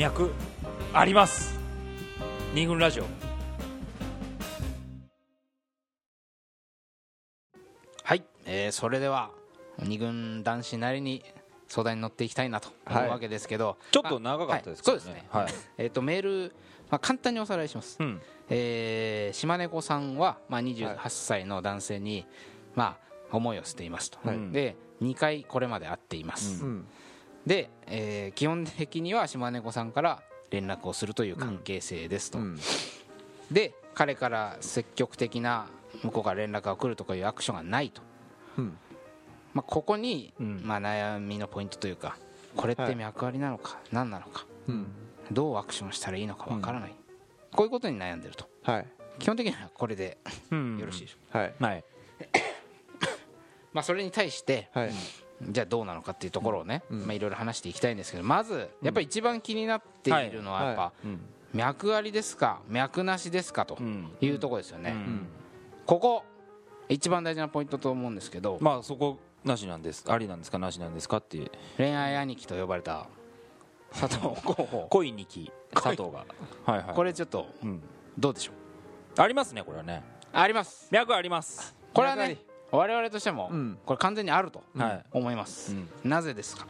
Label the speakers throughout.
Speaker 1: 脈あります2軍ラジオ
Speaker 2: はい、えーそれでは二軍男子なりに相談に乗っていきたいなと思
Speaker 1: はいう
Speaker 2: わけですけど、
Speaker 1: ちょっと長かったですけ
Speaker 2: けど
Speaker 1: ど
Speaker 2: ね、そうですね、
Speaker 1: はい
Speaker 2: えー、とメール、まあ、簡単におさらいします、
Speaker 1: うん
Speaker 2: えー島猫さんは、まあ、28歳の男性に、まあ、思いをしていますと、
Speaker 1: い
Speaker 2: で2回これまで会っています、で、えー基本的には島猫さんから連絡をするという関係性ですと、で彼から積極的な向こうから連絡が来るとかいうアクションがないと、まあ、ここに、まあ、悩みのポイントというかこれって脈ありなのか何なのか、どうアクションしたらいいのかわからない、こういうことに悩んでると
Speaker 3: はい
Speaker 2: 基本的にはこれで
Speaker 1: うん
Speaker 2: よろしいでしょう
Speaker 3: はい
Speaker 1: はい
Speaker 2: まあ、それに対して
Speaker 3: はい
Speaker 2: じゃあどうなのかっていうところをね、まあ、いろいろ話していきたいんですけどまずやっぱり一番気になっているのはやっぱ脈ありですか脈なしですかと
Speaker 1: ん
Speaker 2: いうところですよね、ここ一番大事なポイントと思うんですけど
Speaker 1: まあそこなしなんですありなんですかなしなんですかっていう
Speaker 2: 恋愛兄貴と呼ばれた佐藤候補
Speaker 1: 恋にき佐藤がはいはい
Speaker 2: これちょっと
Speaker 1: うん
Speaker 2: どうでしょう
Speaker 1: ありますねこれはね
Speaker 2: あります
Speaker 1: 脈あります
Speaker 2: これは
Speaker 3: 脈あ
Speaker 2: ね
Speaker 3: り
Speaker 2: 我々としても
Speaker 3: うん
Speaker 2: これ完全にあると
Speaker 1: はい
Speaker 2: 思います
Speaker 1: うん
Speaker 2: なぜですか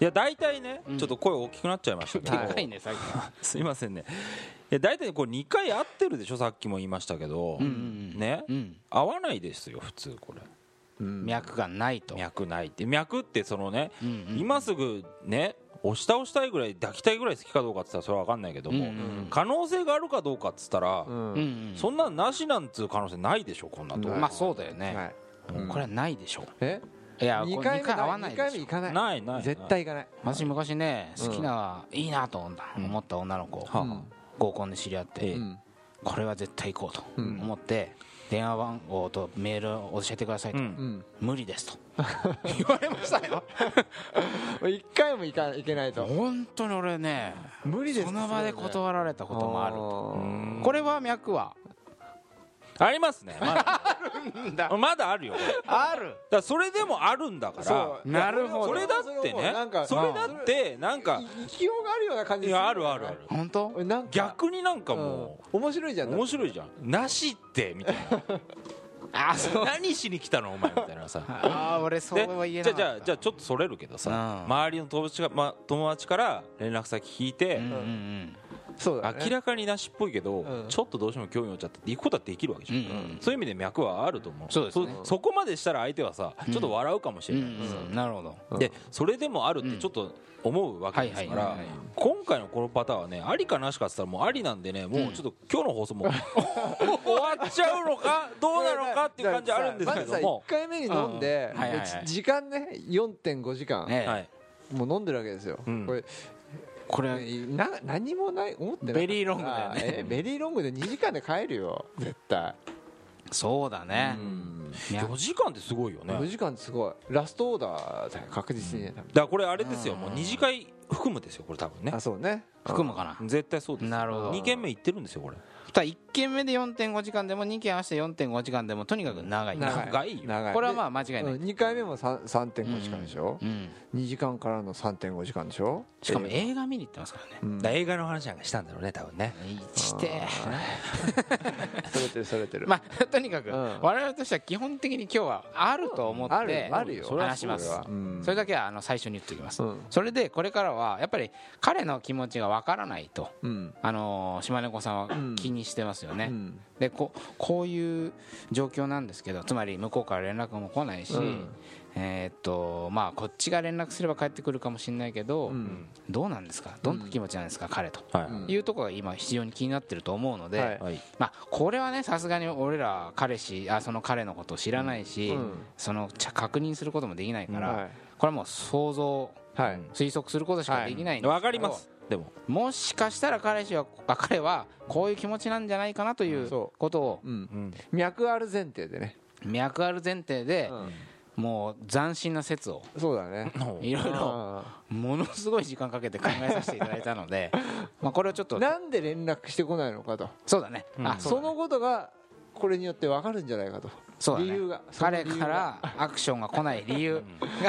Speaker 1: いや大体ね
Speaker 2: うん
Speaker 1: ちょっと声大きくなっちゃいましたけど
Speaker 2: でかいね最近
Speaker 1: すいませんねいや大体これ2回会ってるでしょさっきも言いましたけど
Speaker 2: うんうんうん
Speaker 1: ね
Speaker 2: うん
Speaker 1: 合わないですよ普通これ
Speaker 2: 脈がないと
Speaker 1: 脈ないって脈ってそのね
Speaker 2: うんうん
Speaker 1: 今すぐね押し倒したいぐらい抱きたいぐらい好きかどうかっつったらそれは分かんないけども
Speaker 2: うんうんうん
Speaker 1: 可能性があるかどうかっつったら
Speaker 3: うん
Speaker 2: うんうん
Speaker 1: そんなんなしなんつう可能性ないでしょこんなとこ
Speaker 2: まあそうだよ
Speaker 3: は
Speaker 2: ね、
Speaker 3: い
Speaker 2: これはないでしょ
Speaker 3: え
Speaker 2: いや
Speaker 3: 二
Speaker 2: これ
Speaker 3: 回
Speaker 2: 二
Speaker 3: 目
Speaker 2: 回合わないで
Speaker 3: 二回
Speaker 2: し
Speaker 3: 目
Speaker 2: ょ
Speaker 3: 行かない
Speaker 1: ないない
Speaker 3: 絶対行かない
Speaker 2: 私昔ね
Speaker 3: うん
Speaker 2: 好きな、いいなと思った思った女の子、
Speaker 1: はあ
Speaker 3: うん
Speaker 2: 合コンで知り合って、
Speaker 1: ええ
Speaker 2: これは絶対行こうと
Speaker 3: うん
Speaker 2: 思って、電話番号とメールを教えてくださいと、
Speaker 1: うん
Speaker 3: うん
Speaker 2: 無理ですと言われましたよ
Speaker 3: もう一回も行か行けないと
Speaker 2: 本当に俺ね
Speaker 3: 無理です
Speaker 2: その場で断られたこともある
Speaker 3: る
Speaker 2: これは脈は
Speaker 1: ありますねまだまだあるよこれだか
Speaker 2: ある
Speaker 1: らそれでもあるんだから
Speaker 3: そう
Speaker 2: なるほど
Speaker 1: それだってね
Speaker 3: なんか
Speaker 1: それだってなんか
Speaker 3: 生きようがあるような感じ
Speaker 1: い
Speaker 3: する
Speaker 1: やあるあるある
Speaker 2: 本当
Speaker 3: なんか
Speaker 1: 逆になんか
Speaker 3: うん
Speaker 1: も
Speaker 3: 面白いじゃ
Speaker 1: うん面白いじゃんなしってみたいな
Speaker 2: あ そう
Speaker 1: 何しに来たのお前みたいなさ
Speaker 2: あー俺そ
Speaker 1: で
Speaker 2: れは言え
Speaker 1: じ
Speaker 2: な
Speaker 1: ゃあじゃあ
Speaker 2: い
Speaker 1: じゃあちょっとそれるけどさ、
Speaker 2: うん
Speaker 1: 周りの友達が、ま、友達から連絡先聞いて、
Speaker 2: うんうんうん
Speaker 3: そうだね
Speaker 1: 明らかになしっぽいけど、
Speaker 3: うん
Speaker 1: ちょっとどうしても興味持っちゃって行くことはできるわけじゃん、
Speaker 2: うんうん
Speaker 1: そういう意味で脈はあると思う
Speaker 2: そうですね
Speaker 1: そそこまでしたら相手はさちょっと笑うかもし
Speaker 2: うん
Speaker 1: れない、
Speaker 2: うんなるほど
Speaker 1: でそれでもあるってちょっと思うわけですか
Speaker 2: う
Speaker 1: ら、
Speaker 2: んはいはいはいはい
Speaker 1: 今回のこのパターンはねありかなしかって言ったらもうありなんでねもうちょっと今日の放送も終わっちゃうのかどうなのかっていう感じあるんですけども
Speaker 3: まずさ、1回目に飲んで、
Speaker 2: うんはいはいはい
Speaker 3: もうじ時間ね4.5時間、
Speaker 2: ね
Speaker 1: はい、
Speaker 3: もう飲んでるわけですよ、
Speaker 1: うん
Speaker 3: これ
Speaker 2: これ
Speaker 3: な何もない思ってなかった
Speaker 2: ベリーロングだよね
Speaker 3: えベリーロングで2時間で帰る よ絶対
Speaker 2: そうだね、
Speaker 1: 4時間ってすごいよね
Speaker 3: 4時間ってすごいラストオーダーだよ確実にね、
Speaker 1: だからこれあれですよもう二次会含むですよこれ多分ね
Speaker 3: あそうね
Speaker 2: 含むかな、
Speaker 1: 絶対そうですよ
Speaker 2: なるほど
Speaker 1: 二軒目行ってるんですよこれ
Speaker 2: ただ1件目で4.5時間でも2件合わせて4.5時間でもとにかく長い
Speaker 1: 長いよ
Speaker 3: 長い
Speaker 2: これはまあ間違いない、
Speaker 3: 2回目もさん3.5時間でしょ、
Speaker 2: うん
Speaker 3: 2時間からの3.5時間でしょ
Speaker 2: しかも映画見に行ってますからね、
Speaker 3: うん
Speaker 1: だから映画の話なんかしたんだろうね多分ね
Speaker 2: して
Speaker 3: それてるそれてる、
Speaker 2: まあ とにかく、
Speaker 3: うん
Speaker 2: 我々としては基本的に今日はあると思
Speaker 3: あ
Speaker 2: っ
Speaker 3: る
Speaker 2: て
Speaker 3: あるよ
Speaker 2: 話します
Speaker 3: それはうん
Speaker 2: それだけはあの最初に言っておきます、
Speaker 3: うん
Speaker 2: それでこれからはやっぱり彼の気持ちがわからないと、
Speaker 3: うん
Speaker 2: あのー島根子さんは気にしてますよね、
Speaker 3: うん
Speaker 2: でここういう状況なんですけどつまり向こうから連絡も来ないし、
Speaker 3: うん
Speaker 2: えーっとまあ、こっちが連絡すれば帰ってくるかもしれないけど、
Speaker 3: うん
Speaker 2: どうなんですかどんな気持ちなんですか、彼と、
Speaker 1: はい
Speaker 3: ん
Speaker 2: いうところが今非常に気になってると思うので、
Speaker 3: はい
Speaker 1: はい
Speaker 2: まあ、これはねさすがに俺ら彼氏あその彼のことを知らないし、
Speaker 3: うん
Speaker 2: そのちゃ確認することもできないから、
Speaker 3: はい
Speaker 2: これはもう想像
Speaker 3: はい
Speaker 2: 推測することしかできないんですけど
Speaker 1: わかりますでも
Speaker 2: もしかしたら彼氏はあ彼はこういう気持ちなんじゃないかなという
Speaker 3: そ
Speaker 2: ことを
Speaker 3: うん
Speaker 1: うん
Speaker 3: 脈ある前提でね、
Speaker 2: 脈ある前提で、
Speaker 3: うん
Speaker 2: もう斬新な説を
Speaker 3: そうだね
Speaker 2: いろいろ
Speaker 3: あ
Speaker 2: ものすごい時間かけて考えさせていただいたの でまあこれをちょっ
Speaker 3: ー
Speaker 2: と
Speaker 3: なんで連絡してこないのかと
Speaker 2: そうだね、
Speaker 1: うん
Speaker 2: あ
Speaker 3: そ
Speaker 2: そう
Speaker 3: のことがこれによって分かるんじゃないかと
Speaker 2: そうだ
Speaker 3: 理
Speaker 2: ね
Speaker 3: 由がその理
Speaker 2: 彼
Speaker 3: 由が
Speaker 2: からアクションが来ない理由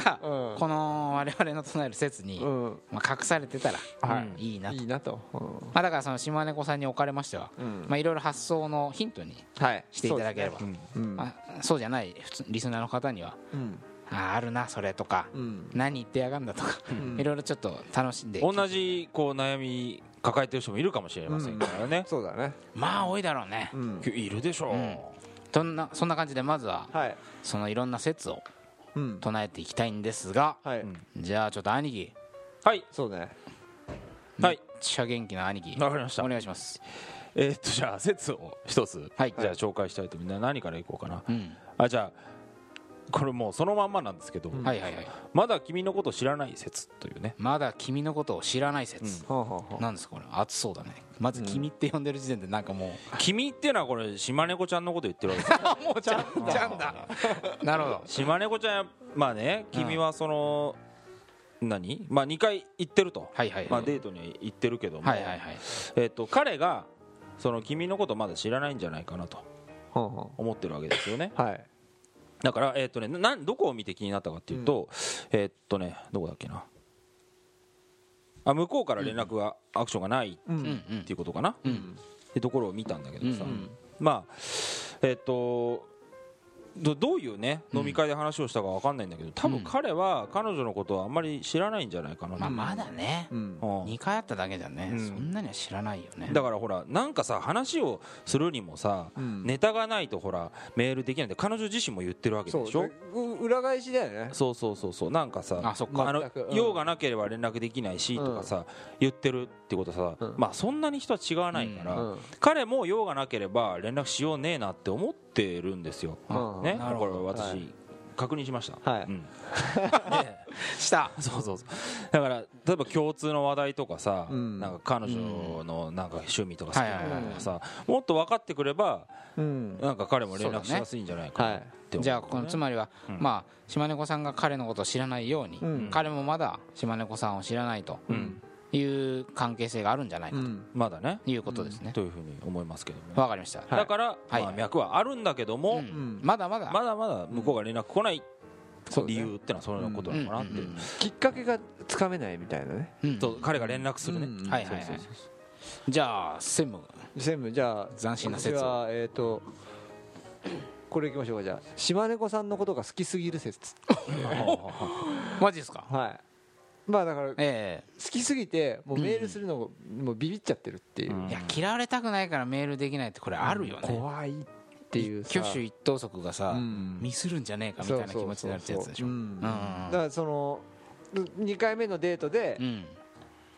Speaker 2: が
Speaker 3: うん
Speaker 2: この我々の唱える説に
Speaker 3: うん
Speaker 2: まあ隠されてたら
Speaker 3: はい
Speaker 2: うんいいなと
Speaker 3: いいなと、うん
Speaker 2: まあだからその島猫さんにおかれましては
Speaker 3: うん
Speaker 2: まあいろいろ発想のヒントに
Speaker 3: はい、
Speaker 2: していただければ
Speaker 3: そうですねうん
Speaker 2: まあそうじゃない普通リスナーの方には
Speaker 3: うん
Speaker 2: あーあるなそれとか
Speaker 3: うん
Speaker 2: 何言ってやがんだとかいろいろちょっと楽しんで
Speaker 1: 同じこう悩み抱えてる人もいるかもしれませんからね、
Speaker 3: そうだね、
Speaker 2: まあ多いだろうね
Speaker 3: うん、
Speaker 1: いるでしょう、
Speaker 2: んそんなそんな感じでまずは
Speaker 3: はい、
Speaker 2: そのいろんな説を
Speaker 3: うん、
Speaker 2: 唱えていきたいんですが
Speaker 3: はい、
Speaker 2: じゃあちょっと兄貴
Speaker 1: はい
Speaker 3: そうね
Speaker 1: はい
Speaker 2: 社元気の兄貴
Speaker 1: わかりました
Speaker 2: お願いします
Speaker 1: えーっとじゃあ説を一つ、
Speaker 2: はい
Speaker 1: じゃあ紹介したいとみんな何からいこうかな、
Speaker 2: うん
Speaker 1: あじゃあこれもうそのまんまなんですけど、
Speaker 2: はいはいはい
Speaker 1: まだ君のこと知らない説というね
Speaker 2: まだ君のことを知らない説
Speaker 3: ほうほうほう
Speaker 2: なんですかこれ熱そうだねまず君って呼んでる時点でなんかも
Speaker 1: 君っていうのはこれ島猫ちゃんのこと言ってるわけですよ
Speaker 2: うもうちゃんちゃんだなるほ ど
Speaker 1: 島猫ちゃんまあね君はその、何まあ2回行ってると、
Speaker 2: はいはい
Speaker 1: まあ、
Speaker 2: はい
Speaker 1: デートに行ってるけども、
Speaker 2: はいはいはい
Speaker 1: えっと彼がその君のことまだ知らないんじゃないかなと
Speaker 3: ほうほ
Speaker 1: 思ってるわけですよね
Speaker 3: うはい
Speaker 1: だから、えっとね、ななんどこを見て気になったかっていうと、えっとねどこだっけなあ向こうから連絡が、アクションがないっ
Speaker 2: うんうん
Speaker 1: ていうことかな、
Speaker 2: うん
Speaker 1: ってところを見たんだけどさ、
Speaker 2: うんうん
Speaker 1: まあえっ、とどどういうね飲み会で話をしたかわかんないんだけど多分彼は彼女のことはあんまり知らないんじゃないかなと
Speaker 2: まあまだね
Speaker 3: うん
Speaker 1: うん
Speaker 2: 2回あっただけじゃね
Speaker 1: うん
Speaker 2: そんなには知らないよね
Speaker 1: だからほらなんかさ話をするにもさ、
Speaker 3: うん
Speaker 1: ネタがないとほらメールできないって彼女自身も言ってるわけ
Speaker 3: そう
Speaker 1: でしょ
Speaker 3: でう裏返しだよね
Speaker 1: そうそうそうそうなんかさ
Speaker 2: あそっか
Speaker 1: の
Speaker 3: 全くうん
Speaker 1: 用がなければ連絡できないしとかさ、言ってるってことさ、
Speaker 3: うん
Speaker 1: まあそんなに人は違わないから、
Speaker 3: うん
Speaker 1: 彼も用がなければ連絡しようねえなって思ってるんですよ、
Speaker 3: うん
Speaker 1: ね、
Speaker 2: なる
Speaker 1: こ
Speaker 2: ほ
Speaker 1: れ
Speaker 2: ど
Speaker 1: 私、
Speaker 3: はい
Speaker 1: 確認しました、
Speaker 3: はい
Speaker 1: うん
Speaker 2: した
Speaker 1: そうそうそうだから例えば共通の話題とかさ、
Speaker 3: うん
Speaker 1: なんか彼女のなんか趣味とか好きなも
Speaker 2: はいは
Speaker 1: の
Speaker 2: いはい
Speaker 1: とかさ、もっと分かってくれば
Speaker 3: うん
Speaker 1: なんか彼も連
Speaker 2: そうだ
Speaker 1: 絡
Speaker 2: ね
Speaker 1: しやすいんじゃないかなって思う
Speaker 2: じゃあこのつまりはまあ島猫さんが彼のことを知らないように
Speaker 3: うん
Speaker 2: 彼もまだ島猫さんを知らないと
Speaker 1: うん
Speaker 2: いう関係性があるんじゃないか
Speaker 3: う
Speaker 2: と
Speaker 3: ん
Speaker 1: まだね
Speaker 2: いうことですね
Speaker 1: というふうに思いますけどもね
Speaker 2: わかりました
Speaker 1: だから、
Speaker 2: はい
Speaker 1: まあ、脈はあるんだけども、
Speaker 2: うんまだまだ
Speaker 1: まだまだ向こうが連絡来ない
Speaker 3: そう
Speaker 1: 理
Speaker 3: ね
Speaker 1: 由ってのはそのことなのかなって、
Speaker 2: うんうんうん
Speaker 3: きっかけがつかめないみたいなね
Speaker 2: うん
Speaker 1: と彼が連絡するね、
Speaker 3: うん
Speaker 2: はいはいはい
Speaker 1: そうそうそうそう
Speaker 2: じゃあ専務
Speaker 3: 全部じゃあ
Speaker 2: 斬新な説を
Speaker 3: 私はえっ、とこれいきましょうかじゃあ島猫さんのことが好きすぎる説
Speaker 2: マジですか
Speaker 3: はいまあだから好
Speaker 2: え
Speaker 3: きすぎてもうメールするのも,、もうビビっちゃってるっていう、
Speaker 1: うん
Speaker 2: えいや嫌われたくないからメールできないってこれあるよね
Speaker 3: 怖いっていうさ
Speaker 2: 挙手一投足がさ
Speaker 3: うん
Speaker 2: ミスるんじゃねえかみたいな気持ちになるってやつでしょ
Speaker 3: そううそうそううんんだからその2回目のデートで、
Speaker 2: うん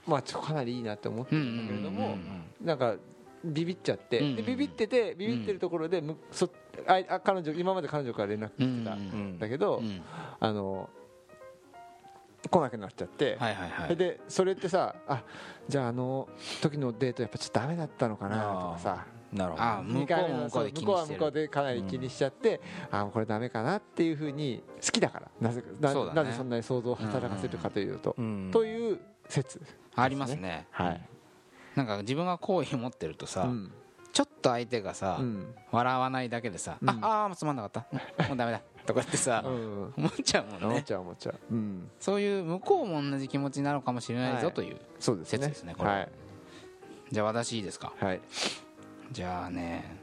Speaker 3: まあちょっとかなりいいなって思ってるんだけれども、
Speaker 2: うんうんうん
Speaker 3: なんかビビっちゃって、
Speaker 2: うんうんう
Speaker 3: で
Speaker 2: ん
Speaker 3: ビビっててビビってるところでむそあいあ彼女今まで彼女から連絡
Speaker 2: う
Speaker 3: 来てたん
Speaker 1: うんん
Speaker 3: だけど、
Speaker 2: うん
Speaker 3: あの来なくなっちゃって、
Speaker 2: はいはいは
Speaker 3: それ
Speaker 2: い
Speaker 3: でそれってさあじゃああの時のデートやっぱちょっとダメだったのかなとかさ
Speaker 1: なるほ
Speaker 2: あ向
Speaker 3: 二
Speaker 2: こ
Speaker 3: 回
Speaker 2: う
Speaker 3: 目
Speaker 2: も
Speaker 3: の
Speaker 2: 向こうで
Speaker 3: そう
Speaker 2: 気
Speaker 3: 向こう
Speaker 2: に
Speaker 3: は
Speaker 2: し
Speaker 3: 向
Speaker 2: て
Speaker 3: こう
Speaker 2: る
Speaker 3: でかなり気にしちゃって、あこれダメかなっていうふうに好きだからなぜな,、
Speaker 2: そうだね
Speaker 3: なぜそんなに想像を働かせるかというと、
Speaker 1: ど、うん
Speaker 3: という説
Speaker 2: ありますね
Speaker 3: はい、
Speaker 2: なんか自分が好意持ってると
Speaker 3: う
Speaker 2: さ
Speaker 3: ん
Speaker 2: ちょっと相手がさ
Speaker 3: うん
Speaker 2: 笑わないだけでさ
Speaker 3: うん
Speaker 2: ああーつまんなかったもうダメだとかってさ
Speaker 3: うん
Speaker 2: 思っちゃうもん
Speaker 3: 思っ
Speaker 2: ね
Speaker 3: ちゃう思っちゃう、うん、
Speaker 2: そういう向こうも同じ気持ちなのかもしれないぞ
Speaker 3: はい
Speaker 2: という
Speaker 3: そうですね
Speaker 2: 説ですねこれ
Speaker 3: はい、
Speaker 2: じゃあ私いいですか
Speaker 3: はい、
Speaker 2: じゃあね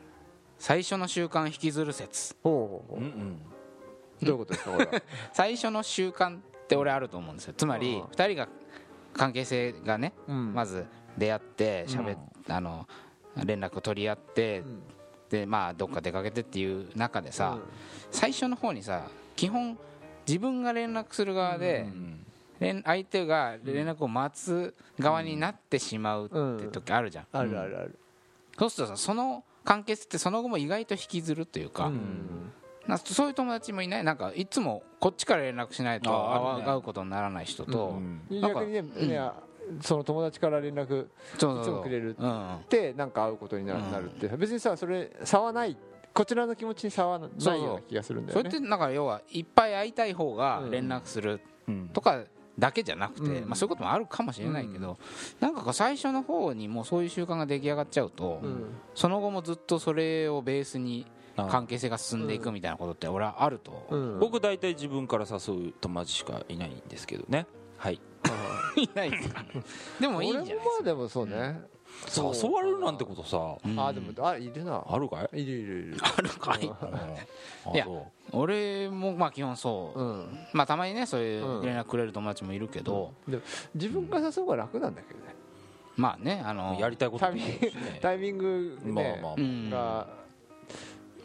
Speaker 2: 最初の習慣引きずる説
Speaker 3: ほうほうほ
Speaker 1: うんうん
Speaker 3: うどういうことですかこれは
Speaker 2: 最初の習慣って俺あると思うんですよつま
Speaker 3: う
Speaker 2: り
Speaker 3: ん
Speaker 2: 2人が関係性がね
Speaker 3: うん
Speaker 2: まず出会ってしゃべあの連絡を取り合って
Speaker 3: うん
Speaker 2: でまあどっか出かけてっていう中でさ
Speaker 3: うん
Speaker 2: 最初の方にさ基本自分が連絡する側で連相手が連絡を待つ側になってしまうって時あるじゃん
Speaker 3: あるあるある
Speaker 2: そうするとさその関係性ってその後も意外と引きずるというか、
Speaker 3: うん
Speaker 2: なそういう友達もいないなんかいつもこっちから連絡しないと
Speaker 1: あある
Speaker 2: 会う
Speaker 1: ね
Speaker 2: 会うことにならない人と、なんか
Speaker 3: 逆にね、いやその友達から連絡
Speaker 2: そうそう
Speaker 3: いつもくれる
Speaker 2: うんうん
Speaker 3: ってなんか会うことにな
Speaker 2: うん
Speaker 3: なるって別にさそれ差はないこちらの気持ちに差はな
Speaker 2: そう
Speaker 3: ないような気がするんだ
Speaker 2: そ
Speaker 3: よ
Speaker 2: れ
Speaker 3: ね
Speaker 2: ってだから要はいっぱい会いたい方が連絡するとかだけじゃなくて、
Speaker 3: うん
Speaker 2: まあ、そういうこともあるかもしれないけど、なんかこう最初の方にもうそういう習慣が出来上がっちゃうと、
Speaker 3: うん
Speaker 2: その後もずっとそれをベースに
Speaker 1: あ
Speaker 2: 関係性が進んでいくみたいなことって俺はあると、
Speaker 3: うん
Speaker 1: 僕大体自分から誘う友達しかいないんですけどねはい
Speaker 2: いないです かでもいいんじゃないで
Speaker 3: 俺もまあでもそうねそう
Speaker 1: 誘われるなんてことさ
Speaker 2: すか
Speaker 3: あでもあいるな
Speaker 1: あるかい
Speaker 3: いるいるいる
Speaker 2: あるかい
Speaker 1: あ
Speaker 2: いや
Speaker 1: そ
Speaker 2: 俺もまあ基本そう、
Speaker 3: うん
Speaker 2: まあたまにねそういううん連絡くれる友達もいるけど、
Speaker 3: でも自分から誘う方が楽なんだけどね
Speaker 2: まあねあの
Speaker 1: うやりたいこと
Speaker 3: タイ
Speaker 1: も
Speaker 3: ミン
Speaker 1: ね
Speaker 3: グタイミング
Speaker 1: まあ
Speaker 3: ね
Speaker 1: まあ
Speaker 2: うん
Speaker 3: が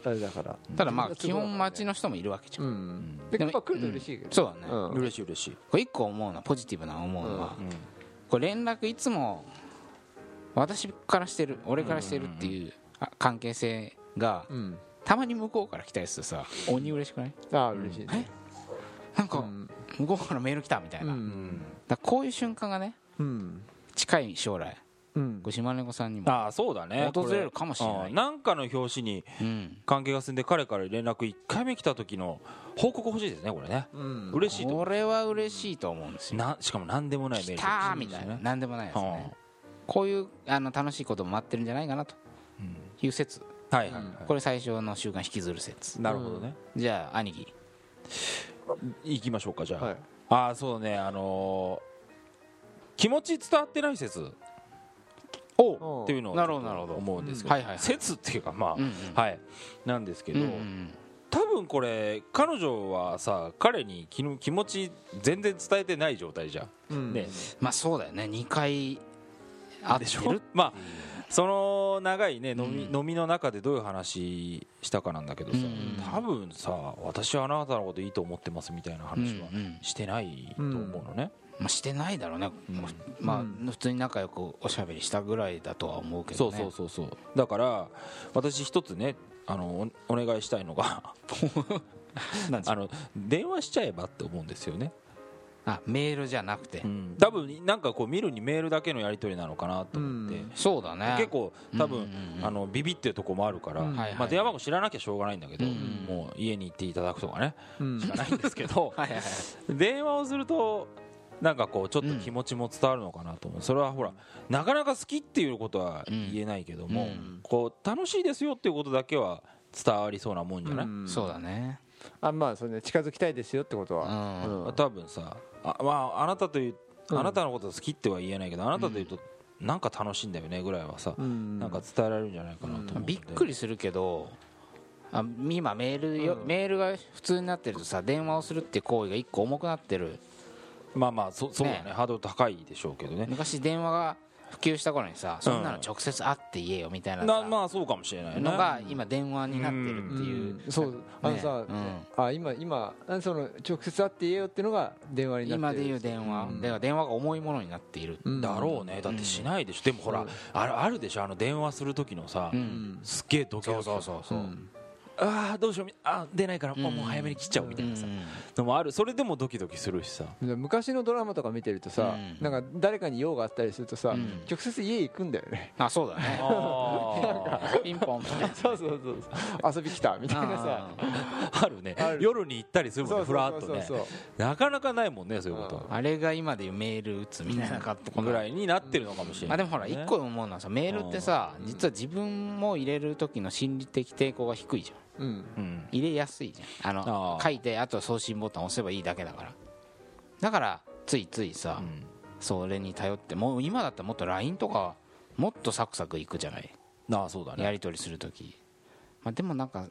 Speaker 3: あれだから
Speaker 2: ただまあ基本待ちの人もいるわけじゃん、
Speaker 3: うんでやっぱ来ると嬉しいけど
Speaker 2: そうだね、
Speaker 3: うん
Speaker 1: 嬉しい嬉しい
Speaker 2: これ一個思うのはポジティブな思うのは、これ連絡いつも私からしてる俺からしてるっていうあ関係性が
Speaker 3: うん
Speaker 2: たまに向こうから来たりするとさ鬼嬉しくない
Speaker 3: ああ嬉しいね
Speaker 2: なん
Speaker 3: う
Speaker 2: か
Speaker 3: ん
Speaker 2: 向こうからメール来たみたいな、
Speaker 3: う
Speaker 2: だか
Speaker 3: ん
Speaker 2: らこういう瞬間がね
Speaker 3: うん
Speaker 2: 近い将来
Speaker 3: うん
Speaker 2: こう島猫さんにも、
Speaker 1: ああそうだね
Speaker 2: 訪れるかもしれない
Speaker 1: こうんんかの表紙に
Speaker 2: うん、
Speaker 1: 関係が進んで彼から連絡1回目来た時の報告欲しいですねこれね
Speaker 3: うん
Speaker 1: 嬉しいと
Speaker 2: これは嬉しいと思うんですよ
Speaker 1: なしかも何でもないメー
Speaker 2: 来
Speaker 1: ル
Speaker 2: たーみたいな
Speaker 1: ね
Speaker 2: 何でもないですね
Speaker 1: は
Speaker 2: こういうあの楽しいことも待ってるんじゃないかなという説
Speaker 1: あはいはいはい
Speaker 2: これ最初の習慣引きずる説
Speaker 1: なるほどね
Speaker 2: じゃあ兄貴
Speaker 1: 行きましょうかじゃあ
Speaker 3: はい
Speaker 1: ああそうねあのー気持ち伝わってない説
Speaker 3: う
Speaker 1: を
Speaker 3: ん
Speaker 1: っていうのを
Speaker 2: なるほどなるほど
Speaker 1: 思うんですけ
Speaker 2: はいは
Speaker 1: ど
Speaker 2: いはい
Speaker 1: 説っていうかま
Speaker 2: うんうん
Speaker 1: あはいなんですけど
Speaker 2: うんうんうん
Speaker 1: 多分これ彼女はさ彼に気の気持ち全然伝えてない状態じゃ
Speaker 3: うん
Speaker 1: んね
Speaker 2: まあそうだよね2回会ってる
Speaker 1: まあその長いね飲み,、
Speaker 2: うん
Speaker 1: 飲みの中でどういう話したかなんだけどさ、
Speaker 2: うん
Speaker 1: 多分さ私はあなたのこといいと思ってますみたいな話は
Speaker 2: うんうん
Speaker 1: してないと思うのね、
Speaker 2: まあ、してないだろうね、まあ、普通に仲良くおしゃべりしたぐらいだとは思うけ
Speaker 1: そ
Speaker 2: ど、
Speaker 1: う
Speaker 2: ね、
Speaker 1: そうそうそうだから私一つねあのおお願いしたいの があの電話しちゃえばって思うんですよね、
Speaker 2: あメールじゃなくて、
Speaker 1: 多分なんかこう見るにメールだけのやり取りなのかなと思って、
Speaker 3: うん
Speaker 2: そうだね
Speaker 1: 結構多分、
Speaker 2: うんうんうん
Speaker 1: あのビビってるとこもあるから、
Speaker 3: うん
Speaker 2: はいはい
Speaker 1: まあ、電話番号知らなきゃしょうがないんだけど、
Speaker 2: うんうん
Speaker 1: もう家に行っていただくとか ね
Speaker 3: うん
Speaker 1: しかないんですけど
Speaker 2: はいはいはい
Speaker 1: 電話をするとなんかこうちょっと気持ちも伝わるのかなと思う、それはほらなかなか好きっていうことは言えないけども、
Speaker 2: うん
Speaker 1: こう楽しいですよっていうことだけは伝わりそうなもんじゃない、
Speaker 3: うん
Speaker 2: そうだね
Speaker 3: あまあそれね近づきたいですよってことは
Speaker 2: う
Speaker 3: うん
Speaker 1: 多分さあ,、まあ、あなたという
Speaker 3: うん
Speaker 1: あなたのこと好きっては言えないけど、あなたというとなんか楽しいんだよねぐらいはさ、
Speaker 3: うん
Speaker 1: なんか伝えられるんじゃないかなと思うんで、
Speaker 2: びっくりするけどあ今メールよ、
Speaker 3: うん
Speaker 2: メールが普通になってるとさ電話をするって行為が一個重くなってる
Speaker 1: まあまあそそうだね
Speaker 2: ね
Speaker 1: ハードル高いでしょうけどね
Speaker 2: 昔電話が普及した頃にさそんなの直接会って言えよみたいなさ
Speaker 1: なまあそうかもしれないね
Speaker 2: のが今電話になってるっていう、
Speaker 3: うんそうあのさ、
Speaker 2: ね
Speaker 3: あ今今あその直接会って言えよっていうのが電話にな
Speaker 2: 今
Speaker 3: ってる
Speaker 2: でいう電話、
Speaker 3: うん
Speaker 2: だから電話が重いものになっている、
Speaker 3: うん
Speaker 1: だろうねだってしないでしょでもほら
Speaker 3: うん
Speaker 1: あるあるでしょあの電話する時のさ
Speaker 2: うん
Speaker 1: すっげえドキ
Speaker 2: そ
Speaker 1: ド
Speaker 2: う
Speaker 1: キ
Speaker 2: そうそうそう、うん
Speaker 1: ああどうしようみあー出ないからもうもう早めに切っちゃおうみたいなさのもあるそれでもドキドキするしさ
Speaker 3: 昔のドラマとか見てると
Speaker 2: う
Speaker 3: さ、
Speaker 2: ん
Speaker 3: なんか誰かに用があったりするとさ、
Speaker 2: うん
Speaker 3: 直接家行くんだよ ね
Speaker 2: あそうだね
Speaker 1: あ
Speaker 2: ピンポンみたいな
Speaker 3: そうそうそうそう遊び来たみたいなさ
Speaker 1: あるね
Speaker 3: ある
Speaker 1: 夜に行ったりするもん
Speaker 3: そ
Speaker 1: ね
Speaker 3: う
Speaker 1: ふ
Speaker 3: そう
Speaker 1: ら
Speaker 3: そ
Speaker 1: っ
Speaker 3: う
Speaker 1: と
Speaker 3: そう
Speaker 1: ね
Speaker 3: そう
Speaker 1: なかなかないもんねそういうこと
Speaker 2: あれが今でいうメール打つみたいなかってこ
Speaker 1: はぐら
Speaker 2: い
Speaker 1: いになってるのかもしれない
Speaker 2: あでもほら
Speaker 1: ね
Speaker 2: 一個思うのはさメールってさ実は自分も入れる時の心理的抵抗が低いじゃん
Speaker 3: うん
Speaker 1: うん
Speaker 2: 入れやすいじゃんあの
Speaker 1: あー
Speaker 2: 書いてあと送信ボタン押せばいいだけだからだからついついさ、
Speaker 1: うん
Speaker 2: それに頼ってもう今だったらもっと LINE とかもっとサクサクいくじゃない
Speaker 1: なあそうだね
Speaker 2: やり取りする時まあ、でもなんか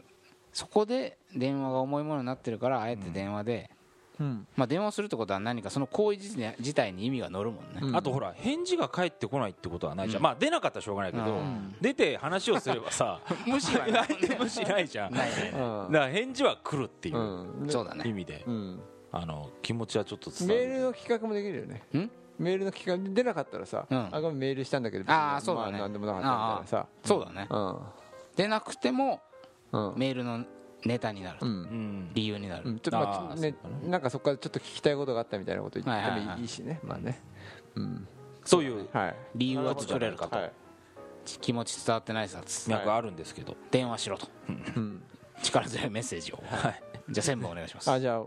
Speaker 2: そこで電話が重いものになってるからあえて電話で、
Speaker 3: うん
Speaker 2: まあ、電話をするってことは何かその行為自体自体に意味が乗るもんね、
Speaker 3: うん
Speaker 1: あとほら返事が返ってこないってことはないじゃん、まあ出なかったらしょうがないけど、
Speaker 2: うん
Speaker 1: 出て話をすればさ
Speaker 2: 無視 は
Speaker 1: ないで無視ない じゃん
Speaker 2: ないね
Speaker 1: だから返事は来るっていううん
Speaker 2: そうだね
Speaker 1: 意味で、
Speaker 3: うん
Speaker 1: あの気持ちはちょっと伝
Speaker 3: メ
Speaker 1: わ
Speaker 3: ール
Speaker 1: る
Speaker 3: の企画もできるよね
Speaker 2: ん
Speaker 3: メールの企画出なかったらさ、
Speaker 2: うん
Speaker 3: あごめんメールしたんだけど
Speaker 2: あーそうだね
Speaker 3: まあ、なんでもなかったみたいなさ
Speaker 2: そうだねでなくても
Speaker 3: うんうん
Speaker 2: メールのネタになる
Speaker 3: う
Speaker 2: と
Speaker 3: ん
Speaker 1: うん
Speaker 2: 理由にな
Speaker 3: う
Speaker 2: る
Speaker 3: ん、ちょっとま
Speaker 1: あ
Speaker 3: あ
Speaker 1: ー
Speaker 3: ね
Speaker 1: そうか、
Speaker 3: なんかそこからちょっと聞きたいことがあったみたいなこと言っ
Speaker 2: はいは
Speaker 3: て
Speaker 2: いは
Speaker 3: も
Speaker 2: い
Speaker 3: いいしね、まあね、うん、
Speaker 1: そういう
Speaker 3: はい、
Speaker 2: 理由は作れるかと
Speaker 3: はい、
Speaker 2: 気持ち伝わってないさつ
Speaker 1: 脈あるんですけど、
Speaker 2: 電話しろと
Speaker 3: うん、
Speaker 2: 力強いメッセージ をじゃあ専務お願いします
Speaker 3: あじゃあ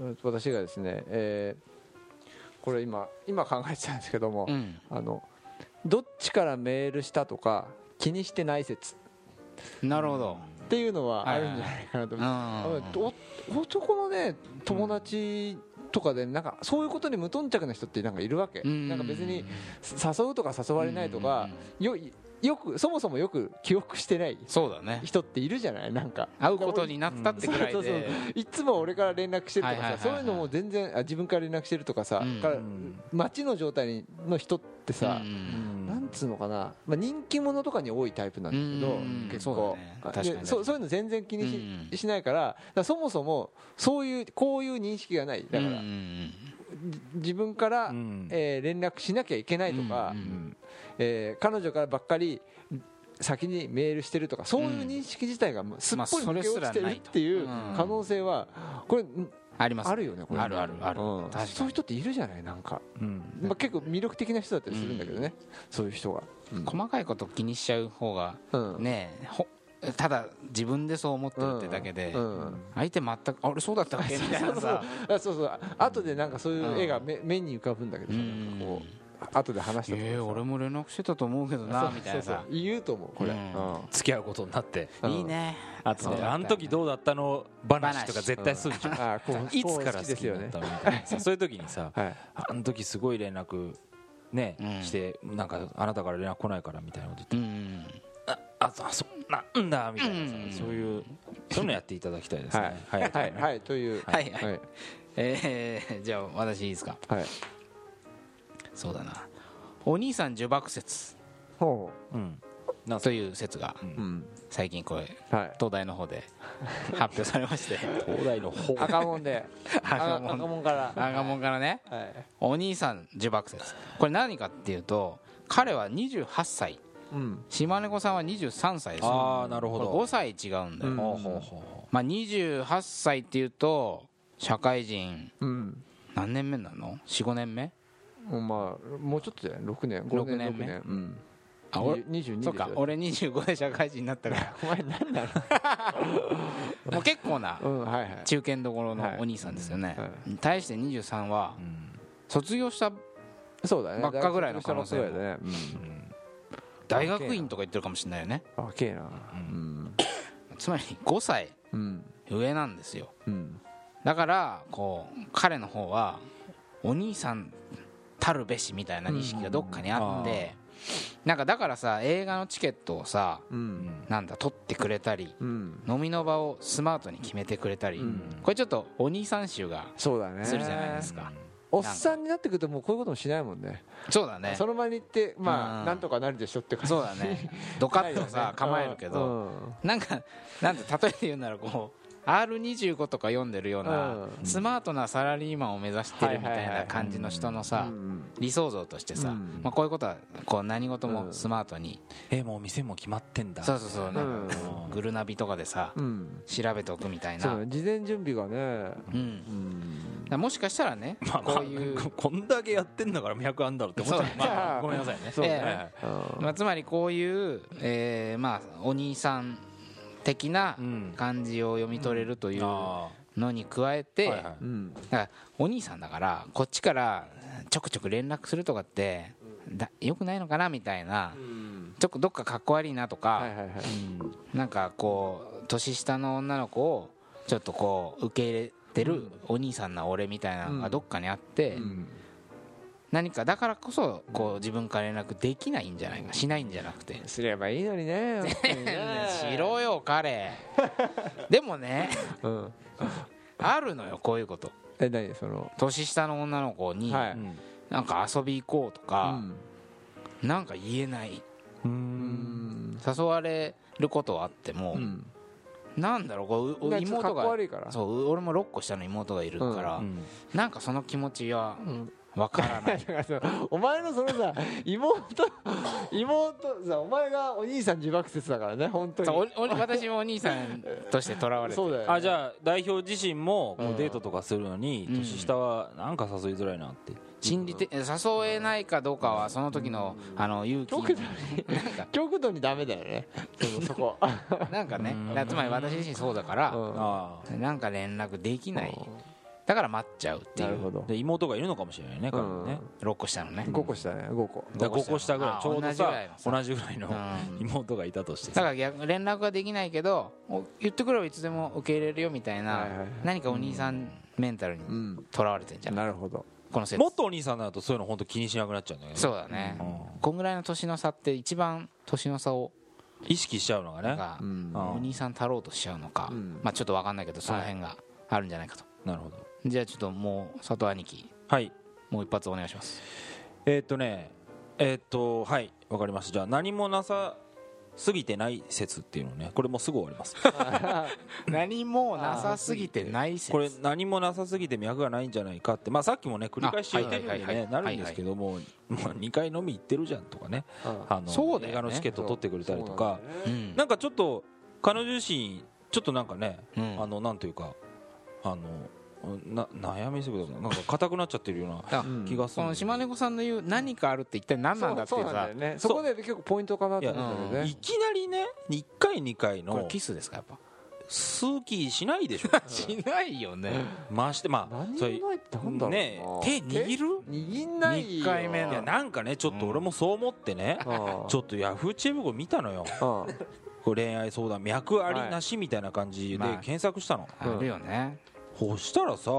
Speaker 3: うん私がですね、えーこれ今今考えてたんですけども、
Speaker 2: うん
Speaker 3: あのどっちからメールしたとか気にしてない説
Speaker 2: なるほど
Speaker 3: っていうのはあるんじゃないかなと思
Speaker 2: うん
Speaker 3: ってお男のね友達とかでなんかそういうことに無頓着な人ってなんかいるわけ、
Speaker 2: うん
Speaker 3: なんか別に誘うとか誘われないとか
Speaker 2: うん、
Speaker 3: よよくそもそもよく記憶してない
Speaker 2: そうだね
Speaker 3: 人っているじゃないなんか
Speaker 2: 会うことになったってぐらい
Speaker 3: そうそう
Speaker 2: で
Speaker 3: そういつも俺から連絡してるとか
Speaker 2: はいはい
Speaker 3: さ
Speaker 2: はいはい
Speaker 3: そういうのも全然あ自分から連絡してるとかさ、
Speaker 2: うん
Speaker 3: から
Speaker 1: うん
Speaker 3: 街の状態にの人ってさ
Speaker 2: う、
Speaker 1: うんん
Speaker 3: なんつうのかな、まあ、人気者とかに多いタイプなんだけど、
Speaker 2: うん
Speaker 3: 結
Speaker 2: そう
Speaker 3: 構
Speaker 2: だね
Speaker 3: で
Speaker 2: 確かに確かに
Speaker 3: そうそういうの全然気にし,、
Speaker 2: うん
Speaker 3: しないからだからそもそもそういうこういう認識がないだから、
Speaker 2: うんうん
Speaker 3: じ自分から、
Speaker 1: うん
Speaker 3: えー連絡しなきゃいけないとか、
Speaker 2: うん
Speaker 1: うん
Speaker 3: えー彼女からばっかり先にメールしてるとかそういう認識自体がもうすっぽり
Speaker 2: まあ
Speaker 3: 抜け落ち
Speaker 2: それす
Speaker 3: て
Speaker 2: ら
Speaker 3: る
Speaker 2: な
Speaker 3: っ
Speaker 2: いと
Speaker 3: ていう
Speaker 2: うん
Speaker 3: 可能性はこれん
Speaker 2: あります
Speaker 3: あるよねこれ
Speaker 2: あるあるある
Speaker 3: うん
Speaker 2: 確かに
Speaker 3: そういう人っているじゃないなんか、
Speaker 1: うん
Speaker 3: まあ、結構魅力的な人だったりするんだけどね、そういう人が。うん
Speaker 2: 細かいこと気にしちゃう方が
Speaker 3: うん
Speaker 2: ねえほただ自分でそう思ってるってだけで
Speaker 3: うん
Speaker 2: 相手全くあ俺そうだったっけみたいなさ
Speaker 3: あそうそう後でなんかそういう絵が目,、目に浮かぶんだけどさ、
Speaker 2: うん
Speaker 3: なんかこう後で話したとかさ
Speaker 2: えー俺も連絡してたと思うけどなみたいな
Speaker 3: そう
Speaker 2: さ
Speaker 3: そう言うと思うこれ、
Speaker 2: うん
Speaker 1: 付き合うことになって
Speaker 3: うん
Speaker 2: いいね
Speaker 1: あと
Speaker 2: そ
Speaker 1: ね
Speaker 2: う
Speaker 1: あの時どうだったの話とか絶対するじゃん
Speaker 3: あー こう
Speaker 1: いつから
Speaker 3: こう
Speaker 1: 好
Speaker 3: です
Speaker 1: き
Speaker 3: よ
Speaker 1: にな
Speaker 3: ね
Speaker 1: ったのみたいなさそういう時にさ
Speaker 3: はい
Speaker 1: あの時すごい連絡ね
Speaker 2: うん
Speaker 1: してなんかあなたから連絡来ないからみたいなこと言って
Speaker 2: うん
Speaker 1: ああそそんなんだみたいなさ
Speaker 2: うん
Speaker 1: そういうそういうのやっていただきたいですね
Speaker 3: はい
Speaker 1: はい
Speaker 3: はい、はい、という
Speaker 2: はいはい
Speaker 3: はい
Speaker 2: えーじゃあ私いいですか
Speaker 3: はい
Speaker 2: そうだなお兄さん呪縛説
Speaker 3: ほ
Speaker 1: うんなん
Speaker 2: と
Speaker 1: か
Speaker 2: いう説が
Speaker 3: う、うん、
Speaker 2: 最近これ
Speaker 3: はい
Speaker 2: 東大の方で発表されまして
Speaker 1: 東大の方
Speaker 3: 赤門で
Speaker 2: 赤門
Speaker 3: あ赤門から
Speaker 2: 赤門からね
Speaker 3: はい
Speaker 2: お兄さん呪縛説これ何かっていうと彼は28歳
Speaker 3: うん
Speaker 2: 島猫さんは23歳です
Speaker 1: ああなるほど
Speaker 2: 5歳違うんだよ、
Speaker 3: うん
Speaker 1: ほうほうほうほ
Speaker 2: まあ、28歳っていうと社会人
Speaker 3: うん
Speaker 2: 何年目なの45年目
Speaker 3: もうまあもうちょっとじゃない6年5年
Speaker 2: 六年目
Speaker 3: 六うん
Speaker 2: あ俺
Speaker 3: 二十二
Speaker 2: そうか俺25で社会人になったか
Speaker 3: お前何な
Speaker 2: らもう結構な
Speaker 3: のうんはいはい
Speaker 2: 中堅どころのお兄さんですよね、
Speaker 3: はいは
Speaker 2: 対して23は
Speaker 1: ううん
Speaker 2: 卒業した
Speaker 3: そうだね
Speaker 2: ばっかぐらいの可能性も
Speaker 3: だね
Speaker 2: 大学院とか言ってるかもしれないよね
Speaker 3: うんあけえなうん
Speaker 2: つまり5歳
Speaker 3: うん
Speaker 2: 上なんですよ
Speaker 3: うん
Speaker 2: だからこう彼の方はお兄さんたるべしみたいな意識がどっかにあってなんかだからさ映画のチケットをさ
Speaker 3: う
Speaker 1: うんん
Speaker 2: なんだ取ってくれたり
Speaker 3: うん
Speaker 2: 飲みの場をスマートに決めてくれたりこれちょっとお兄さん臭が
Speaker 3: そうだね
Speaker 2: するじゃないですか
Speaker 3: おっさんになってくるともうこういうこともしないもんね
Speaker 2: そうだね
Speaker 3: その場に行ってま
Speaker 2: う
Speaker 3: あ
Speaker 2: ん
Speaker 3: なんとかなるでしょって感じ
Speaker 2: そうだ ねドカッとさ構えるけどなんかなんて例えて言うならこう R25 とか読んでるような
Speaker 3: う
Speaker 2: スマートなサラリーマンを目指してるみたいな感じの人の
Speaker 3: う
Speaker 2: さ
Speaker 3: ん
Speaker 2: 理想像としてさ、
Speaker 3: うん
Speaker 2: まあ、こういうことはこう何事もスマートに、
Speaker 1: えもう店も決まってんだ
Speaker 2: そうそうそうなんか
Speaker 1: うん
Speaker 2: グルナビとかでさ、
Speaker 3: うん
Speaker 2: 調べておくみたい
Speaker 3: そ
Speaker 2: な
Speaker 3: う
Speaker 2: う、
Speaker 3: ね事前準備がね
Speaker 2: ん、だか
Speaker 3: うん
Speaker 2: らもしかしたらね、
Speaker 1: まあまあ
Speaker 2: こういう、
Speaker 1: こんだけやってんだから脈あんだろって思っちゃ
Speaker 2: そう
Speaker 1: うまあごめんなさいね
Speaker 3: そうね
Speaker 1: え
Speaker 3: うん
Speaker 2: まあ、つまりこういう、えーまあ、お兄さん的な
Speaker 1: うん
Speaker 2: 感じを読み取れると
Speaker 1: え
Speaker 2: いう
Speaker 1: あ
Speaker 2: のに加えて、
Speaker 1: ーはいはい
Speaker 3: うん
Speaker 2: だからお兄さんだからこっちからちょくちょく連絡するとかってだよくないのかなみたいなちょっとどっかかっこ悪いなとか、
Speaker 3: はいはいはい
Speaker 2: なんかこう年下の女の子をちょっとこう受け入れてるお兄さんな俺みたいなのがどっかにあって、
Speaker 3: うん
Speaker 2: 何かだからこそこう自分から連絡できないんじゃないかしないんじゃなくて
Speaker 3: すればいいの にね本当にね
Speaker 2: しろよ 彼でもね
Speaker 3: うん
Speaker 2: あるのよこういうこと
Speaker 3: え何その
Speaker 2: 年下の女の子に
Speaker 3: はい
Speaker 1: うん
Speaker 2: なんか遊び行こうとか
Speaker 3: うん
Speaker 2: なんか言えない
Speaker 3: うん
Speaker 2: 誘われることはあっても
Speaker 3: うん
Speaker 2: なんだろうこうう
Speaker 3: なんかちょ
Speaker 2: 妹
Speaker 3: っとかっこ
Speaker 2: が
Speaker 3: 悪いから
Speaker 2: そう俺も6個下の妹がいるから、
Speaker 1: うん
Speaker 2: なんかその気持ちは
Speaker 3: ん
Speaker 2: わから ない、
Speaker 3: だからそのお前のそのさ妹妹さお前がお兄さん自爆説だからね本当に
Speaker 2: そうおお私もお兄さんとしてとらわれて
Speaker 3: そうだよ、ね、
Speaker 1: あじゃあ代表自身もこ
Speaker 3: うん
Speaker 1: うデートとかするのに
Speaker 2: うん
Speaker 1: 年下はなんか誘いづらいなって
Speaker 2: 心理的誘えないかどうかはその時のあの勇気
Speaker 3: 極度に極度にダメだよねそのそこ
Speaker 2: なんかね
Speaker 1: うん
Speaker 2: だからつまり私自身そうだから
Speaker 3: うん
Speaker 1: あ
Speaker 2: なんか連絡できないだから待っちゃうってい
Speaker 3: なる
Speaker 2: う
Speaker 3: ほど
Speaker 1: で妹がいるのかもしれないね彼もね、
Speaker 2: 6個下のね
Speaker 3: 5個下ね5個
Speaker 1: だから5個下ぐら
Speaker 2: あ
Speaker 1: いちょうどさ
Speaker 2: 同
Speaker 1: 同じぐらいの
Speaker 2: うん
Speaker 1: 妹がいたとして
Speaker 2: だ
Speaker 1: さ
Speaker 2: から逆連絡ができないけどお言ってくればいつでも受け入れるよみたいな
Speaker 3: はいはいはい
Speaker 2: 何かお兄さんメンタルに
Speaker 3: うん
Speaker 2: とらわれてんじゃん
Speaker 3: なるほど
Speaker 2: この説
Speaker 1: もっとお兄さんになるとそういうの本当気にしなくなっちゃうんだよね
Speaker 2: そうだね
Speaker 1: うん
Speaker 2: こんぐらいの年の差って一番年の差を
Speaker 1: 意識しちゃうのがね
Speaker 2: が
Speaker 3: うん
Speaker 1: あ
Speaker 2: お兄さんたろうとしちゃうのか
Speaker 3: うん
Speaker 2: まあちょっと分かんないけどその辺があるんじゃないかと
Speaker 1: なるほど
Speaker 2: じゃあちょっともう佐藤兄貴
Speaker 1: はい
Speaker 2: もう一発お願いします
Speaker 1: えーっとねえーっとはいわかりましたじゃあ何もなさすぎてない説っていうのねこれもうすぐ終わります
Speaker 2: 何もなさすぎてない説
Speaker 1: これ何もなさすぎて脈がないんじゃないかってまあさっきもね繰り返し言ってるん
Speaker 2: あは
Speaker 1: で
Speaker 2: いはい
Speaker 1: ね
Speaker 2: はいはい
Speaker 1: なるんですけどももう2回飲み行ってるじゃんとかね
Speaker 3: あ
Speaker 1: あの
Speaker 2: そうだ
Speaker 1: 映
Speaker 2: よね
Speaker 1: 画のチケット取ってくれたりとか
Speaker 2: うん
Speaker 1: なんかちょっと彼女自身ちょっとなんかね、
Speaker 2: うん
Speaker 1: あのなんというかあのな悩みすぎだななんか硬くなっちゃってるような
Speaker 2: だから
Speaker 3: うん
Speaker 1: 気がす
Speaker 2: こ
Speaker 1: るんだよね、
Speaker 2: の島猫さんの言う何かあるって一体何なんだって
Speaker 3: そ
Speaker 2: いうう
Speaker 3: なんだ
Speaker 2: さ
Speaker 3: よねそこで結構ポイントかなと思うんだよ
Speaker 1: い
Speaker 3: ね
Speaker 1: きなりね1回2回
Speaker 2: これ
Speaker 1: の
Speaker 2: キスですかやっぱ
Speaker 1: 数奇しない でしょ
Speaker 2: しないよね
Speaker 1: ましてまあ
Speaker 3: 何
Speaker 1: そうい
Speaker 3: も
Speaker 1: う
Speaker 3: ないってなんだろうな
Speaker 1: ね手握る
Speaker 3: 握んないよ
Speaker 2: 二回目
Speaker 1: いやなんかねちょっと俺もそう思ってね、ちょっとヤフーチェブコ見たのよ
Speaker 3: ょ
Speaker 1: これ恋愛相談脈ありなしみたいな感じで
Speaker 2: はい
Speaker 1: 検索したの、
Speaker 2: あるよね
Speaker 1: そしたらさ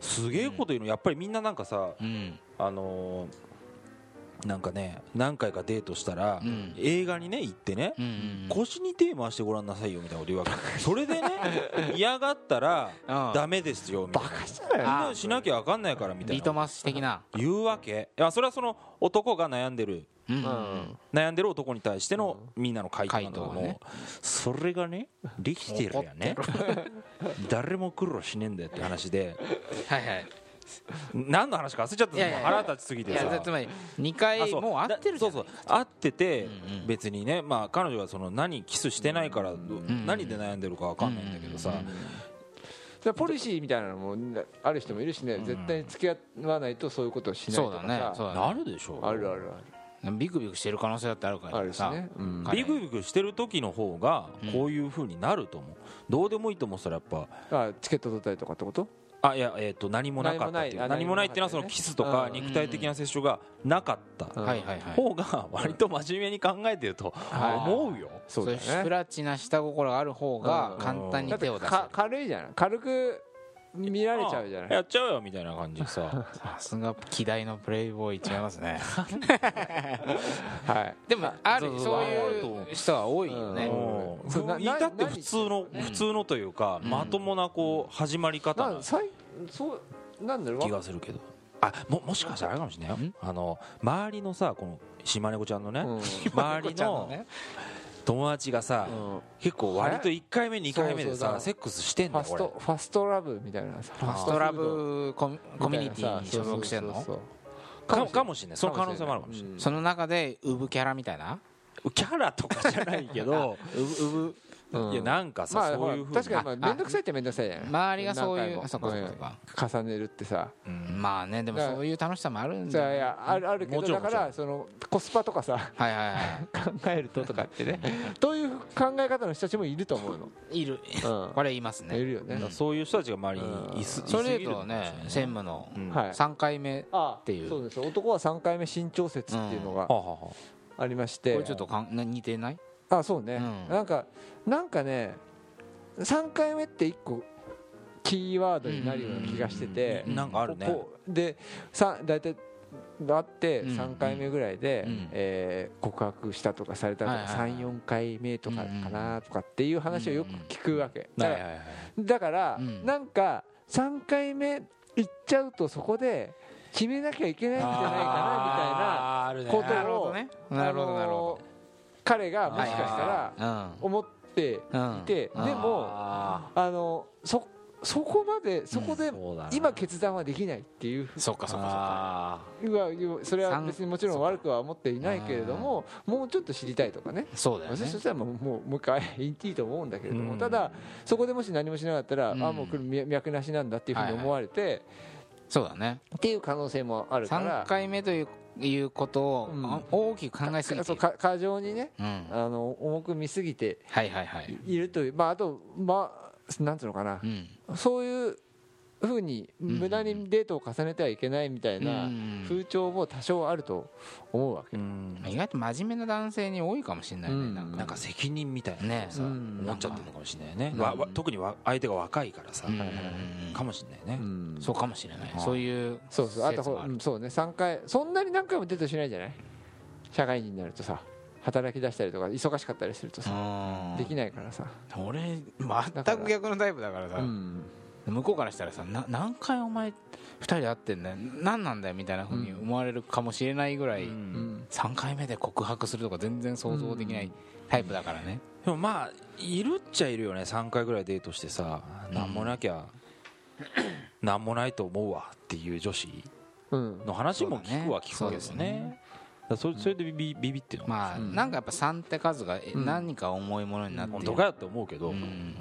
Speaker 1: すげえこと言うのやっぱりみんななんかさ、
Speaker 2: うん
Speaker 1: あのーなんかね何回かデートしたら、
Speaker 2: うん
Speaker 1: 映画にね行ってね、
Speaker 2: うんうん
Speaker 1: 腰に手回してごらんなさいよみたいなこと言うわけそれでね 嫌がったら
Speaker 2: うん
Speaker 1: ダメですよみたいなそんなのしなきゃ分かんないからみた
Speaker 2: リ
Speaker 1: い
Speaker 2: ト
Speaker 1: な
Speaker 2: マス的な
Speaker 1: 言うわけいやそれはその男が悩んでる
Speaker 2: うん
Speaker 3: う
Speaker 2: うん
Speaker 3: ん
Speaker 1: 悩んでる男に対してのみんなの回答なんだけど
Speaker 2: 回答
Speaker 1: も、
Speaker 2: はね
Speaker 1: それがねできてるやね誰も苦労しねえんだよって話で
Speaker 2: はいはい
Speaker 1: 何の話か忘れちゃった
Speaker 2: いやいやいや
Speaker 1: 腹立ちすぎ
Speaker 2: い
Speaker 1: てさ
Speaker 2: やつまり2回
Speaker 1: そ
Speaker 2: もう会ってるじゃん
Speaker 1: だそうそう会ってて
Speaker 2: うんうん
Speaker 1: 別にねまあ彼女はその何キスしてないから
Speaker 2: ん
Speaker 1: 何で悩んでるかわかんないんだけどさ
Speaker 3: でポリシーみたいなのもある人もいるしね絶対に付き合わないとそういうことをしない
Speaker 2: そ
Speaker 3: と
Speaker 2: う
Speaker 3: か
Speaker 2: だねそ
Speaker 3: さ
Speaker 1: な
Speaker 2: うだね
Speaker 1: るでしょ
Speaker 3: あるある
Speaker 2: ビクビクしてる可能性だってあるか
Speaker 3: あるあ
Speaker 2: ら
Speaker 3: るし
Speaker 2: さ
Speaker 3: ねうん
Speaker 2: 彼
Speaker 1: ビクビクしてる時の方が
Speaker 2: うん
Speaker 1: こういう風になると思うどうでもいいと思ったらやっぱ
Speaker 3: あチケット取ったりとかってこと
Speaker 1: あいやえっと何もなかったってい
Speaker 3: 何もな
Speaker 1: う
Speaker 3: い
Speaker 1: 何もないっていうのはそ
Speaker 3: 何も
Speaker 1: の
Speaker 3: なかったね
Speaker 1: キスとか
Speaker 3: うん
Speaker 1: 肉体的な接触がなかった
Speaker 3: うん
Speaker 2: はいはいはい
Speaker 1: 方が割と真面目に考えてると思うよ
Speaker 3: そう
Speaker 2: そうい
Speaker 3: だ
Speaker 2: う
Speaker 3: よ
Speaker 2: プ
Speaker 3: ね
Speaker 2: ラチナ下心がある方が簡単に手を出せる
Speaker 3: か軽いじゃない軽く見られちゃうじゃ
Speaker 1: あ
Speaker 3: ない
Speaker 1: やっちゃうよみたいな感じで さ
Speaker 2: さすが希代のプレイボーイ違いますね
Speaker 3: はい
Speaker 2: でもある
Speaker 1: そうそう
Speaker 2: そう
Speaker 1: あると思
Speaker 2: い
Speaker 1: う
Speaker 2: う人は多いよね
Speaker 1: うん
Speaker 3: そうな
Speaker 1: ふだって
Speaker 3: な
Speaker 1: 普通の普通のというかまともなこう始まり方
Speaker 3: な
Speaker 1: なん
Speaker 3: さいそうなんだろう
Speaker 1: 気がするけどあももしかしたらあれかもしれないよ
Speaker 2: ん
Speaker 1: あの周りのさこの島猫ちゃんのね、
Speaker 3: うん
Speaker 1: 周りの友達がさ、
Speaker 3: うん
Speaker 1: 結構割と1回目2回目で
Speaker 3: そうそう
Speaker 1: さ
Speaker 3: だ
Speaker 1: セックスしてん
Speaker 3: フ
Speaker 1: だ
Speaker 3: ァ
Speaker 1: よ俺
Speaker 3: ストファストラブみたいなさフ
Speaker 2: ファ
Speaker 3: ァ
Speaker 2: ス
Speaker 3: ス
Speaker 2: ト
Speaker 3: ト
Speaker 2: ラ
Speaker 3: ラブ
Speaker 2: ブコミコミュニティに所属してるの
Speaker 1: かもかもしれないその可能性もあるかもしれない、
Speaker 2: その中でウブキャラみたいな
Speaker 1: キャラとかじゃないけ どいやなんかさ、
Speaker 3: まあ
Speaker 1: そ
Speaker 3: ほ
Speaker 1: う
Speaker 3: ら
Speaker 1: いうふうに
Speaker 3: 確かにまあ面倒くさいって面倒くさいじゃない
Speaker 2: 周りがそう
Speaker 3: 何
Speaker 2: い
Speaker 3: 回も
Speaker 2: うそうかそうかそうか
Speaker 3: 重ねるってさ
Speaker 1: うん
Speaker 2: まあねでも
Speaker 3: だから
Speaker 2: そういう楽しさもあるん
Speaker 3: じ
Speaker 2: だ
Speaker 3: ゃあ
Speaker 2: よ
Speaker 3: いやあるあるけど
Speaker 1: もちろ
Speaker 3: だ
Speaker 1: ん
Speaker 3: からそのコスパとかさ
Speaker 2: はいはいは
Speaker 3: 考えるととかってねという考え方の人たちもいると思うの
Speaker 2: いいる
Speaker 3: うん
Speaker 2: これ言います
Speaker 3: い
Speaker 2: ね
Speaker 3: るよね
Speaker 1: だからそういう人たちが周り
Speaker 3: うん
Speaker 1: にいすいす
Speaker 2: それ
Speaker 1: ぎる
Speaker 2: で言う
Speaker 1: の
Speaker 2: と
Speaker 1: かもし
Speaker 2: ね
Speaker 1: れない
Speaker 2: 専務の
Speaker 1: うんは
Speaker 3: はい
Speaker 2: 3回目
Speaker 3: あ
Speaker 2: ていう
Speaker 3: そうですよ男は3回目身長説っていうのが
Speaker 1: あはあは
Speaker 3: ありまし
Speaker 2: こ
Speaker 3: て
Speaker 2: れちょっとかんな似てない
Speaker 3: あそうね
Speaker 2: うん
Speaker 3: なんかなんかね3回目って1個キーワードになるような気がしてて
Speaker 1: あなんかあるね
Speaker 3: こうでさ大体あって
Speaker 2: うん
Speaker 3: 3回目ぐらいで、
Speaker 2: うん
Speaker 3: えー告白したとかされたとか
Speaker 2: はいはいはい
Speaker 3: 34回目とかかなとかっていう話をよく聞くわけだ
Speaker 1: はい
Speaker 3: か
Speaker 1: はい
Speaker 3: ら
Speaker 1: はい
Speaker 3: だから
Speaker 2: うん
Speaker 3: なんか3回目行っちゃうとそこで決めなきゃいけないんじゃないかな
Speaker 1: あーあるね
Speaker 3: こと
Speaker 2: なるほどね
Speaker 3: みたいな
Speaker 2: なるほどなるほ
Speaker 3: あの彼が
Speaker 2: ど
Speaker 3: もしかしたら
Speaker 2: ら
Speaker 3: 思って
Speaker 2: うん
Speaker 3: いて
Speaker 2: うん
Speaker 3: でも
Speaker 1: あ
Speaker 3: あのそそこまでそこ
Speaker 1: ー
Speaker 3: で
Speaker 1: そうだな
Speaker 3: 今決断はできないっていう
Speaker 2: そっかそっかそっか
Speaker 1: あー
Speaker 3: うわいうそれは
Speaker 2: 三
Speaker 3: 別にもちろん悪くは思っていないけれどももうちょっと知りたいとかね
Speaker 2: そうだよね
Speaker 3: 私としてはもうもうもう一回言っていいと思うんだけれども、
Speaker 1: うん
Speaker 3: ただそこでもし何もしなかったら、
Speaker 2: うん
Speaker 3: あもうこれ脈脈なしなんだっていうふうに思われて、
Speaker 2: そうだね
Speaker 3: っていう可能性もあるか
Speaker 2: 3
Speaker 3: ら
Speaker 2: 回目といういうことを
Speaker 3: うん
Speaker 2: あ大きく考えすぎて
Speaker 3: そう
Speaker 2: いる
Speaker 3: か過剰にね
Speaker 2: うん
Speaker 3: あの重く見すぎて
Speaker 2: はいはいはい
Speaker 3: いるというまああとまあなんつうのかな
Speaker 2: う、ん
Speaker 3: そういうふうに
Speaker 2: ん
Speaker 3: 無駄にデートを重ねてはいけないみたいな
Speaker 2: うん
Speaker 3: 風潮も多少あると思うわけ、
Speaker 1: うん
Speaker 2: 意外と真面目な男性に多いかもしれないね、
Speaker 3: うん
Speaker 2: なんか
Speaker 1: なんか責任みたいな
Speaker 2: ね
Speaker 1: ねさ
Speaker 3: うん
Speaker 1: 思っちゃってるのかもしれないねわわ特にわ相手が若いからさ
Speaker 2: うん
Speaker 1: かもしれないね
Speaker 3: うん
Speaker 2: そうかもしれない、
Speaker 1: はい
Speaker 2: そういう
Speaker 3: そうそうあと
Speaker 2: 説
Speaker 3: ほ
Speaker 2: もあ
Speaker 3: う
Speaker 2: る
Speaker 3: んそうね3回そんなに何回もデートしないじゃない社会人になるとさ働き出したりとか忙しかったりするとさ
Speaker 2: うん
Speaker 3: できないからさ、
Speaker 2: 俺全く逆のタイプだからさ、
Speaker 3: うん
Speaker 2: 向こうからしたらさな何回お前2人で会ってんだよ何なんだよみたいなふうに思われるかもしれないぐらい、
Speaker 1: うん
Speaker 3: うん
Speaker 2: 3回目で告白するとか全然想像できないタイプだからね、
Speaker 1: でもまあいるっちゃいるよね3回ぐらいデートしてさ何もなき ゃ何もないと思うわっていう女子
Speaker 3: うん
Speaker 1: の話も聞くは聞
Speaker 2: そう
Speaker 1: く
Speaker 2: だ
Speaker 1: け
Speaker 2: ね
Speaker 1: どねだからそれそれでビビビビってのは
Speaker 2: まあ、
Speaker 3: うん
Speaker 2: なんかやっぱ3って数がえ
Speaker 3: うん
Speaker 2: 何か重いものになってい
Speaker 1: 本
Speaker 2: る
Speaker 1: 当かよって思うけど
Speaker 2: うん
Speaker 1: うん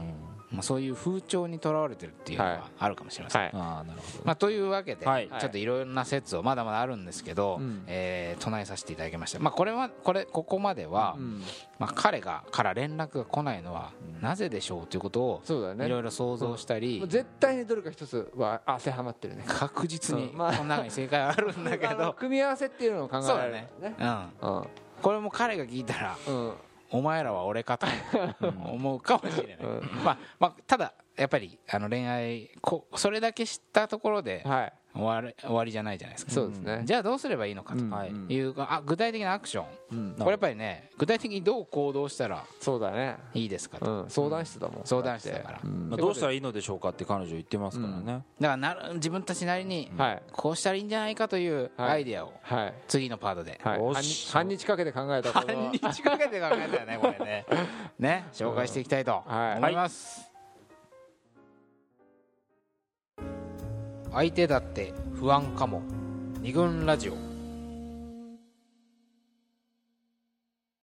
Speaker 2: まあ、そういう風潮にとらわれてるっていうの
Speaker 3: はい
Speaker 2: はあるかもしれません、
Speaker 3: はい
Speaker 1: ああなるほど
Speaker 2: まあ、というわけで、
Speaker 1: はい
Speaker 2: ちょっといろんな説をまだまだあるんですけど、
Speaker 3: うん
Speaker 2: えー唱えさせていただきました、まあ、これはこれここまでは、
Speaker 3: うん
Speaker 2: まあ、彼がから連絡が来ないのはなぜでしょうということを
Speaker 3: そうだね
Speaker 2: いろいろ想像したり、
Speaker 3: もう絶対にどれか一つは当てはまってるね
Speaker 2: 確実に
Speaker 3: そう
Speaker 2: こ
Speaker 3: まあ
Speaker 2: の中に正解はあるんだけ
Speaker 3: あの
Speaker 2: ど、
Speaker 3: 組み合わせっていうのを考え
Speaker 2: そうだ
Speaker 3: られる
Speaker 2: ねうん、
Speaker 3: うん
Speaker 2: これも彼が聞いたら
Speaker 3: うん
Speaker 2: お前らは俺かと思うかもしれない、まあまあ、ただやっぱりあの恋愛こそれだけ知ったところで
Speaker 3: はい
Speaker 2: 終わる終わりじゃないじゃないですか
Speaker 3: そうですね
Speaker 2: じゃあどうすればいいのかと
Speaker 1: はい
Speaker 2: いう、あ具体的なアクション、
Speaker 3: うん
Speaker 2: これやっぱりね具体的にどう行動したら
Speaker 3: そうだね
Speaker 2: いいですかと、
Speaker 3: う
Speaker 2: だか
Speaker 3: ん相談室だもん
Speaker 2: 相談室だから
Speaker 3: ってうん
Speaker 1: まあどうしたらいいのでしょうかって彼女言ってますからね
Speaker 2: らなる自分たちなりに
Speaker 3: はい
Speaker 2: こうしたらいいんじゃないかという
Speaker 3: はい
Speaker 2: アイデアを
Speaker 3: はい
Speaker 2: 次のパートで
Speaker 3: はい
Speaker 1: よ
Speaker 3: 半
Speaker 1: し
Speaker 3: 日半日かけて考えたこの
Speaker 2: 半日かけて考えたよねこれ ねね紹介していきたいと
Speaker 3: はい
Speaker 2: 思います、相手だって不安かも二軍ラジオ